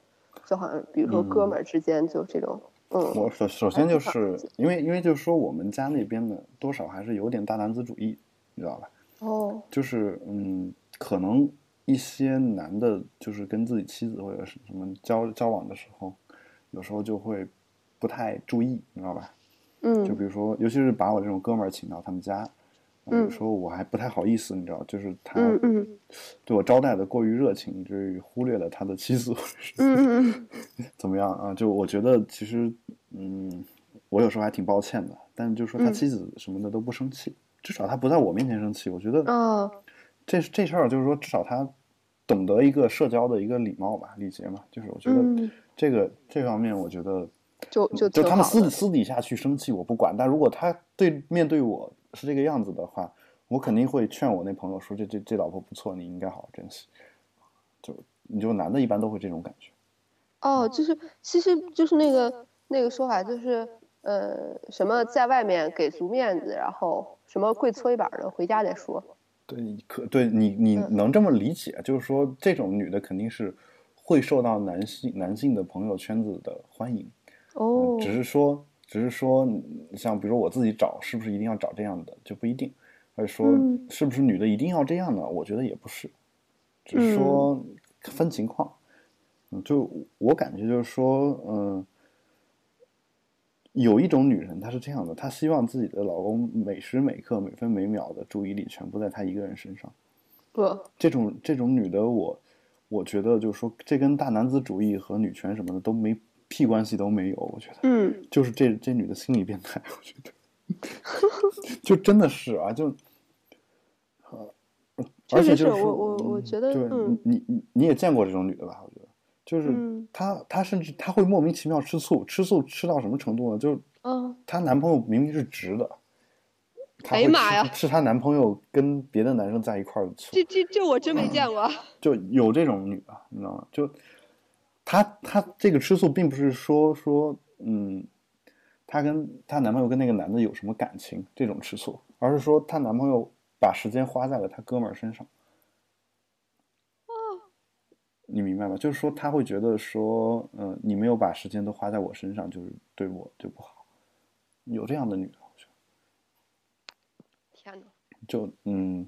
[SPEAKER 2] 就好像比如说
[SPEAKER 1] 嗯
[SPEAKER 2] 哥们儿之间就这种，嗯，
[SPEAKER 1] 我首首先就是因为因为就是说我们家那边的多少还是有点大男子主义，你知道吧？
[SPEAKER 2] 哦，
[SPEAKER 1] 就是嗯，可能一些男的，就是跟自己妻子或者是什么交交往的时候，有时候就会不太注意，你知道吧？
[SPEAKER 2] 嗯，
[SPEAKER 1] 就比如说，尤其是把我这种哥们儿请到他们家，呃有时候我还不太好意思，你知道，就是他
[SPEAKER 2] 嗯嗯
[SPEAKER 1] 对我招待的过于热情，以至于忽略了他的妻子或者是
[SPEAKER 2] 嗯嗯
[SPEAKER 1] [laughs] 怎么样啊？就我觉得其实，嗯，我有时候还挺抱歉的，但就是说他
[SPEAKER 2] 嗯
[SPEAKER 1] 妻子什么的都不生气，至少他不在我面前生气。我觉得
[SPEAKER 2] 嗯啊，
[SPEAKER 1] 这这事儿就是说，至少他懂得一个社交的一个礼貌吧，礼节嘛。就是我觉得
[SPEAKER 2] 嗯
[SPEAKER 1] 这个、这方面，我觉得嗯
[SPEAKER 2] 就就
[SPEAKER 1] 就
[SPEAKER 2] 挺
[SPEAKER 1] 他们
[SPEAKER 2] 好
[SPEAKER 1] 私
[SPEAKER 2] 的
[SPEAKER 1] 私底下去生气我不管，但如果他对面对我是这个样子的话，我肯定会劝我那朋友说：“这这这老婆不错，你应该好好珍惜。”就你就男的一般都会这种感觉。
[SPEAKER 2] 哦，就是其实就是那个那个说法就是。呃，什么在外面给足面子，然后什么跪搓衣板的，回家再说。
[SPEAKER 1] 对，你可对你你
[SPEAKER 2] 嗯
[SPEAKER 1] 能这么理解，就是说这种女的肯定是会受到男性男性的朋友圈子的欢迎。
[SPEAKER 2] 哦
[SPEAKER 1] 嗯，只是说，只是说，嗯像比如说我自己找，是不是一定要找这样的就不一定，而是说
[SPEAKER 2] 嗯
[SPEAKER 1] 是不是女的一定要这样呢？我觉得也不是，只
[SPEAKER 2] 嗯
[SPEAKER 1] 是说分情况。嗯，就我感觉就是说，嗯，有一种女人她是这样的，她希望自己的老公每时每刻、每分每秒的注意力全部在她一个人身上。
[SPEAKER 2] 呃
[SPEAKER 1] 这种这种女的我，我觉得就是说，这跟大男子主义和女权什么的都没屁关系都没有，我觉得。
[SPEAKER 2] 嗯，
[SPEAKER 1] 就是这这女的心理变态， [laughs] 我觉得，就真的是啊，就，呃，
[SPEAKER 2] 确
[SPEAKER 1] 而且
[SPEAKER 2] 实
[SPEAKER 1] 就是说
[SPEAKER 2] 我我我觉得
[SPEAKER 1] 对，
[SPEAKER 2] 嗯
[SPEAKER 1] 你你你也见过这种女的吧？我觉得，就是
[SPEAKER 2] 嗯
[SPEAKER 1] 她她甚至她会莫名其妙吃醋，吃醋吃到什么程度呢？就是
[SPEAKER 2] 嗯，
[SPEAKER 1] 她男朋友明明是直的，她会
[SPEAKER 2] 哎呀妈
[SPEAKER 1] 吃
[SPEAKER 2] 呀
[SPEAKER 1] 吃她男朋友跟别的男生在一块儿的醋，
[SPEAKER 2] 这这这我真没见过。
[SPEAKER 1] 就有这种女的，你知道吗？就她她这个吃醋，并不是说说嗯，她跟她男朋友跟那个男的有什么感情这种吃醋，而是说她男朋友把时间花在了她哥们儿身上。你明白吗？就是说，她会觉得说，嗯、你没有把时间都花在我身上，就是对我就不好。有这样的女的，我觉得。
[SPEAKER 2] 天哪！
[SPEAKER 1] 就嗯，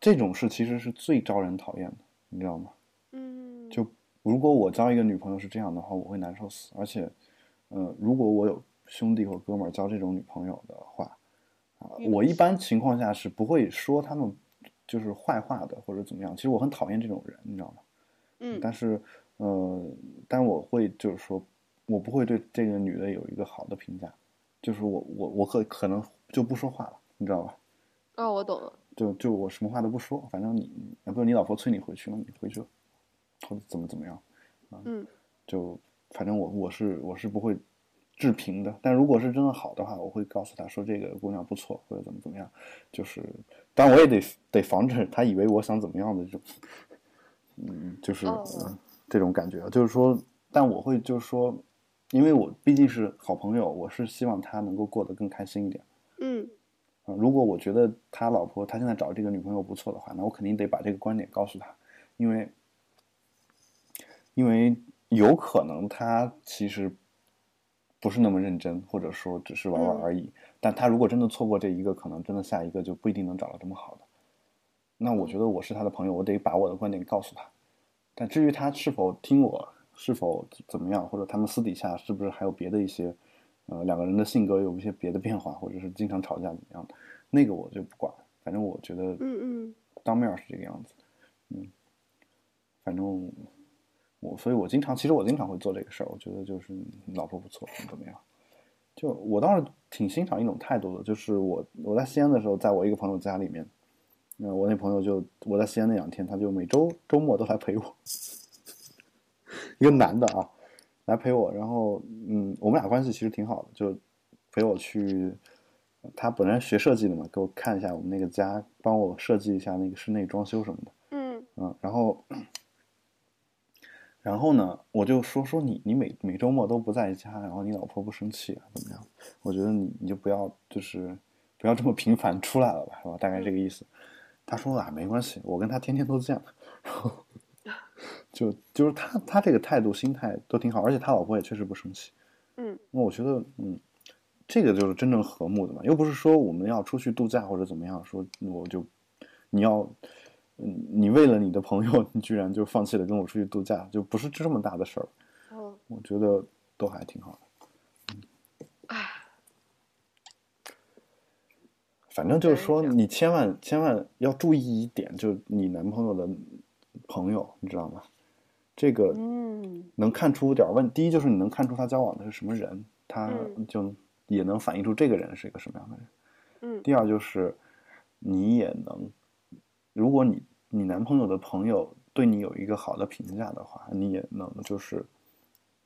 [SPEAKER 1] 这种事其实是最招人讨厌的，你知道吗？
[SPEAKER 2] 嗯，
[SPEAKER 1] 就如果我交一个女朋友是这样的话，我会难受死。而且，呃，如果我有兄弟或哥们儿交这种女朋友的话，啊、
[SPEAKER 2] 嗯
[SPEAKER 1] 我一般情况下是不会说他们就是坏话的或者怎么样。其实我很讨厌这种人，你知道吗？
[SPEAKER 2] 嗯
[SPEAKER 1] 但是，呃，但我会就是说，我不会对这个女的有一个好的评价，就是我我我可可能就不说话了，你知道吧？
[SPEAKER 2] 哦，我懂了。
[SPEAKER 1] 就就我什么话都不说，反正你，啊不是你老婆催你回去吗？你回去吧，或者怎么怎么样。啊
[SPEAKER 2] 嗯
[SPEAKER 1] 就反正我我是我是不会置评的，但如果是真的好的话，我会告诉他说这个姑娘不错，或者怎么怎么样，就是，但我也得得防止他以为我想怎么样的这种，嗯，就是、
[SPEAKER 2] 哦
[SPEAKER 1] 嗯这种感觉，就是说，但我会就是说，因为我毕竟是好朋友，我是希望他能够过得更开心一点。
[SPEAKER 2] 嗯
[SPEAKER 1] 啊、如果我觉得他老婆他现在找这个女朋友不错的话，那我肯定得把这个观点告诉他，因为因为有可能他其实不是那么认真，或者说只是玩玩
[SPEAKER 2] 嗯
[SPEAKER 1] 而已。但他如果真的错过这一个，可能真的下一个就不一定能找到这么好的。那我觉得我是他的朋友，我得把我的观点告诉他。但至于他是否听我，是否怎么样，或者他们私底下是不是还有别的一些，呃，两个人的性格有一些别的变化，或者是经常吵架怎么样的，那个我就不管。反正我觉得
[SPEAKER 2] 嗯嗯，
[SPEAKER 1] 当面儿是这个样子，嗯，反正我，所以我经常，其实我经常会做这个事儿。我觉得就是你老婆不错，怎么样？就我倒是挺欣赏一种态度的，就是我我在西安的时候，在我一个朋友家里面，那、我那朋友就我在西安那两天，他就每周周末都来陪我， [laughs] 一个男的啊，来陪我，然后嗯，我们俩关系其实挺好的，就陪我去，他本来学设计的嘛，给我看一下我们那个家，帮我设计一下那个室内装修什么的，
[SPEAKER 2] 嗯
[SPEAKER 1] 嗯，然后，然后呢，我就说说你，你每每周末都不在家，然后你老婆不生气啊，怎么样？我觉得你你就不要就是不要这么频繁出来了吧，是吧？大概这个意思。他说啊，没关系，我跟他天天都这样，然后 [laughs] 就就是他他这个态度心态都挺好，而且他老婆也确实不生气。
[SPEAKER 2] 嗯，
[SPEAKER 1] 那我觉得，嗯，这个就是真正和睦的嘛，又不是说我们要出去度假或者怎么样，说我就你要，嗯，你为了你的朋友，你居然就放弃了跟我出去度假，就不是这么大的事儿，
[SPEAKER 2] 嗯，
[SPEAKER 1] 我觉得都还挺好的。
[SPEAKER 2] 哎，
[SPEAKER 1] 反正就是说，
[SPEAKER 2] 对是
[SPEAKER 1] 你千万千万要注意一点，就是你男朋友的朋友，你知道吗？这个
[SPEAKER 2] 嗯，
[SPEAKER 1] 能看出点儿问。第一就是你能看出他交往的是什么人，他
[SPEAKER 2] 嗯
[SPEAKER 1] 就也能反映出这个人是一个什么样的人。
[SPEAKER 2] 嗯，
[SPEAKER 1] 第二就是你也能，如果你你男朋友的朋友对你有一个好的评价的话，你也能就是，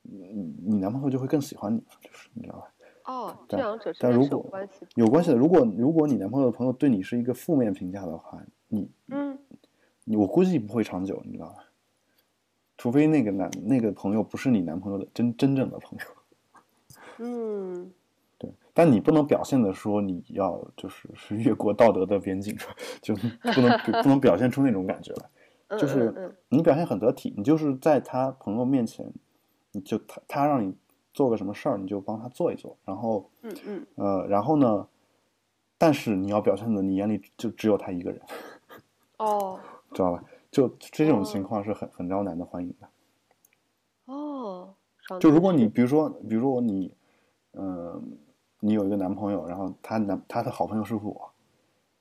[SPEAKER 1] 嗯你男朋友就会更喜欢你，就是你知道吧？
[SPEAKER 2] 哦，这
[SPEAKER 1] 但
[SPEAKER 2] 两者之
[SPEAKER 1] 但
[SPEAKER 2] 间
[SPEAKER 1] 如
[SPEAKER 2] 是有
[SPEAKER 1] 果
[SPEAKER 2] 关系的。
[SPEAKER 1] 有关系的。如果如果你男朋友的朋友对你是一个负面评价的话，你
[SPEAKER 2] 嗯，
[SPEAKER 1] 你我估计不会长久，你知道吧？除非那个男那个朋友不是你男朋友的真真正的朋友，
[SPEAKER 2] 嗯，
[SPEAKER 1] 对。但你不能表现的说你要就是是越过道德的边境，就不能不能表现出那种感觉来。
[SPEAKER 2] 嗯
[SPEAKER 1] 就是
[SPEAKER 2] 嗯嗯
[SPEAKER 1] 你表现很得体，你就是在他朋友面前，你就他他让你做个什么事儿，你就帮他做一做，然后
[SPEAKER 2] 嗯嗯，
[SPEAKER 1] 呃，然后呢，但是你要表现的你眼里就只有他一个人， [laughs]
[SPEAKER 2] 哦
[SPEAKER 1] 知道吧？就这种
[SPEAKER 2] 哦
[SPEAKER 1] 情况是很很招男的欢迎的。
[SPEAKER 2] 哦，长
[SPEAKER 1] 就
[SPEAKER 2] 知
[SPEAKER 1] 如果
[SPEAKER 2] 识
[SPEAKER 1] 你比如说，比如说你，嗯、你有一个男朋友，然后他男他的好朋友是我，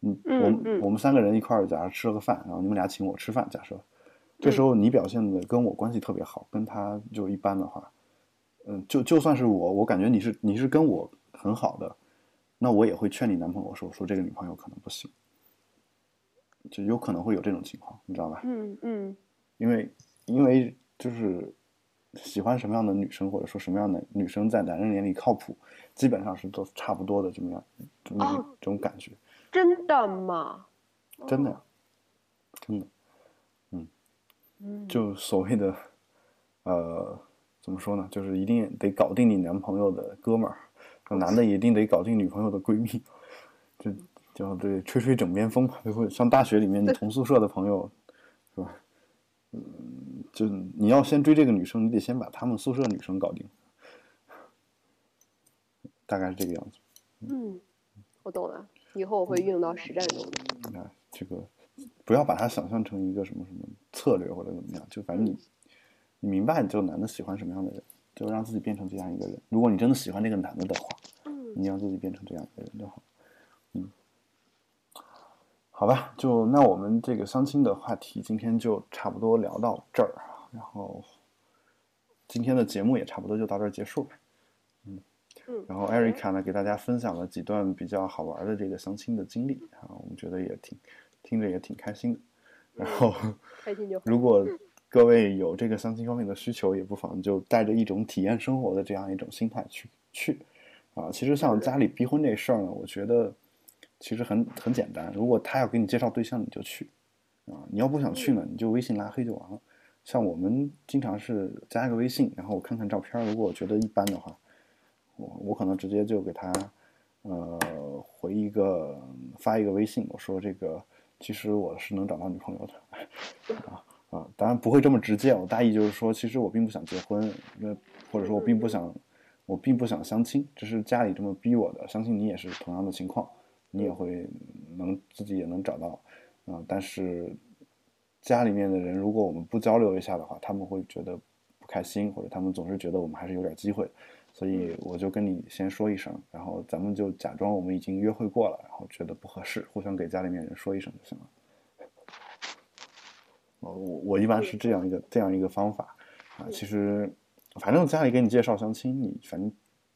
[SPEAKER 1] 嗯，
[SPEAKER 2] 嗯
[SPEAKER 1] 我们、
[SPEAKER 2] 嗯
[SPEAKER 1] 我们三个人一块儿，假如吃了个饭，然后你们俩请我吃饭，假设，
[SPEAKER 2] 嗯
[SPEAKER 1] 这时候你表现的跟我关系特别好，跟他就一般的话，嗯，就就算是我，我感觉你是你是跟我很好的，那我也会劝你男朋友说说这个女朋友可能不行，就有可能会有这种情况，你知道吧？
[SPEAKER 2] 嗯嗯
[SPEAKER 1] 因为因为就是喜欢什么样的女生，或者说什么样的女生在男人眼里靠谱，基本上是都差不多的这么样这么一
[SPEAKER 2] 哦
[SPEAKER 1] 这种感觉，
[SPEAKER 2] 真的吗？
[SPEAKER 1] 真的
[SPEAKER 2] 哦
[SPEAKER 1] 呀，真的
[SPEAKER 2] 嗯，
[SPEAKER 1] 就所谓的呃怎么说呢，就是一定得搞定你男朋友的哥们儿，那男的一定得搞定女朋友的闺蜜，这叫对吹吹枕边风嘛，就会像大学里面你同宿舍的朋友是吧？嗯，就你要先追这个女生，你得先把他们宿舍女生搞定，大概是这个样子。
[SPEAKER 2] 嗯，我懂了，以后我
[SPEAKER 1] 嗯
[SPEAKER 2] 会运用到实战中的。
[SPEAKER 1] 那这个不要把它想象成一个什么什么策略或者怎么样，就反正你你明白，就男的喜欢什么样的人，就让自己变成这样一个人。如果你真的喜欢这个男的的话，
[SPEAKER 2] 嗯
[SPEAKER 1] 你让自己变成这样一个人就好。嗯，好吧，就那我们这个相亲的话题今天就差不多聊到这儿，啊然后今天的节目也差不多就到这儿结束了。
[SPEAKER 2] 嗯，
[SPEAKER 1] 然后艾瑞卡呢，给大家分享了几段比较好玩的这个相亲的经历啊，我们觉得也挺听着也挺开心的。然后，
[SPEAKER 2] 开心就好。
[SPEAKER 1] 如果各位有这个相亲方面的需求，也不妨就带着一种体验生活的这样一种心态去去啊。其实像家里逼婚这事儿呢，我觉得其实很很简单。如果他要给你介绍对象，你就去啊；你要不想去呢，你就微信拉黑就完了。像我们经常是加一个微信，然后我看看照片儿，如果我觉得一般的话，我我可能直接就给他呃回一个发一个微信，我说这个其实我是能找到女朋友的。啊，当然不会这么直接。我大意就是说，其实我并不想结婚，那或者说我并不想，我并不想相亲，只是家里这么逼我的。相信你也是同样的情况，你也会能自己也能找到啊、但是家里面的人，如果我们不交流一下的话，他们会觉得不开心，或者他们总是觉得我们还是有点机会。所以我就跟你先说一声，然后咱们就假装我们已经约会过了，然后觉得不合适，互相给家里面人说一声就行了。哦，我我一般
[SPEAKER 2] 嗯
[SPEAKER 1] 是这样一个这样一个方法啊。其实，反正家里给你介绍相亲，你反正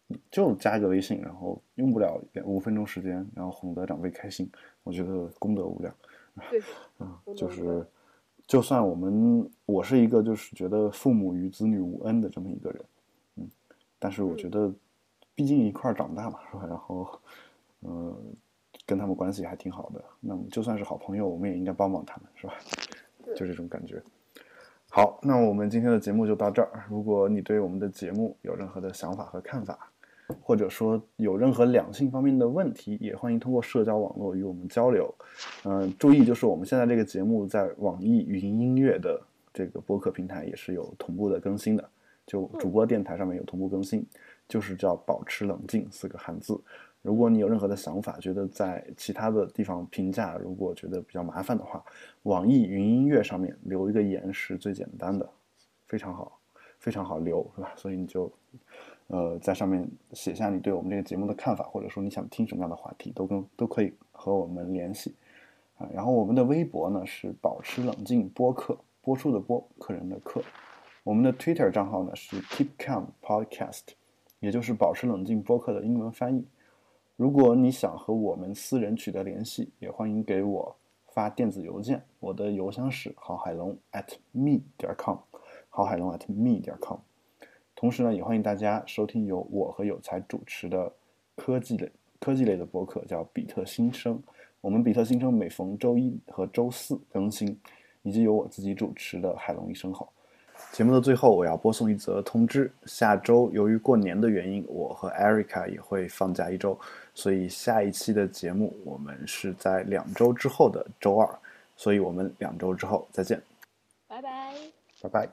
[SPEAKER 1] 你就加一个微信，然后用不了两五分钟时间，然后哄得长辈开心，我觉得功德无量。
[SPEAKER 2] 对，
[SPEAKER 1] [laughs] 啊
[SPEAKER 2] 功，
[SPEAKER 1] 就
[SPEAKER 2] 德无
[SPEAKER 1] 是
[SPEAKER 2] 量，
[SPEAKER 1] 就算我们我是一个就是觉得父母与子女无恩的这么一个人，嗯，但是我
[SPEAKER 2] 嗯
[SPEAKER 1] 觉得毕竟一块儿长大嘛，是吧？然后，呃，跟他们关系还挺好的，那么就算是好朋友，我们也应该帮帮他们，是吧？
[SPEAKER 2] 对
[SPEAKER 1] 就这种感觉。好，那我们今天的节目就到这儿。如果你对我们的节目有任何的想法和看法，或者说有任何两性方面的问题，也欢迎通过社交网络与我们交流。嗯、注意，就是我们现在这个节目在网易云音乐的这个播客平台也是有同步的更新的，就主播电台上面有同步更新，就是叫“保持冷静”四个汉字。如果你有任何的想法，觉得在其他的地方评价，如果觉得比较麻烦的话，网易云音乐上面留一个言是最简单的，非常好，非常好留，是吧？所以你就，呃，在上面写下你对我们这个节目的看法，或者说你想听什么样的话题，都跟都可以和我们联系啊。然后我们的微博呢是保持冷静播客，播出的播，客人的客。我们的 Twitter 账号呢是 Keep Calm Podcast，也就是保持冷静播客的英文翻译。如果你想和我们私人取得联系，也欢迎给我发电子邮件，我的邮箱是郝海龙 at me 点 com，郝海龙 at me 点 com。同时呢，也欢迎大家收听由我和有才主持的科技类科技类的播客，叫《比特新生》。我们比特新生每逢周一和周四更新，以及由我自己主持的《海龙一声吼》。节目的最后，我要播送一则通知：下周由于过年的原因，我和 Erica 也会放假一周，所以下一期的节目我们是在两周之后的周二，所以我们两周之后再见，
[SPEAKER 2] 拜拜。
[SPEAKER 1] 拜拜。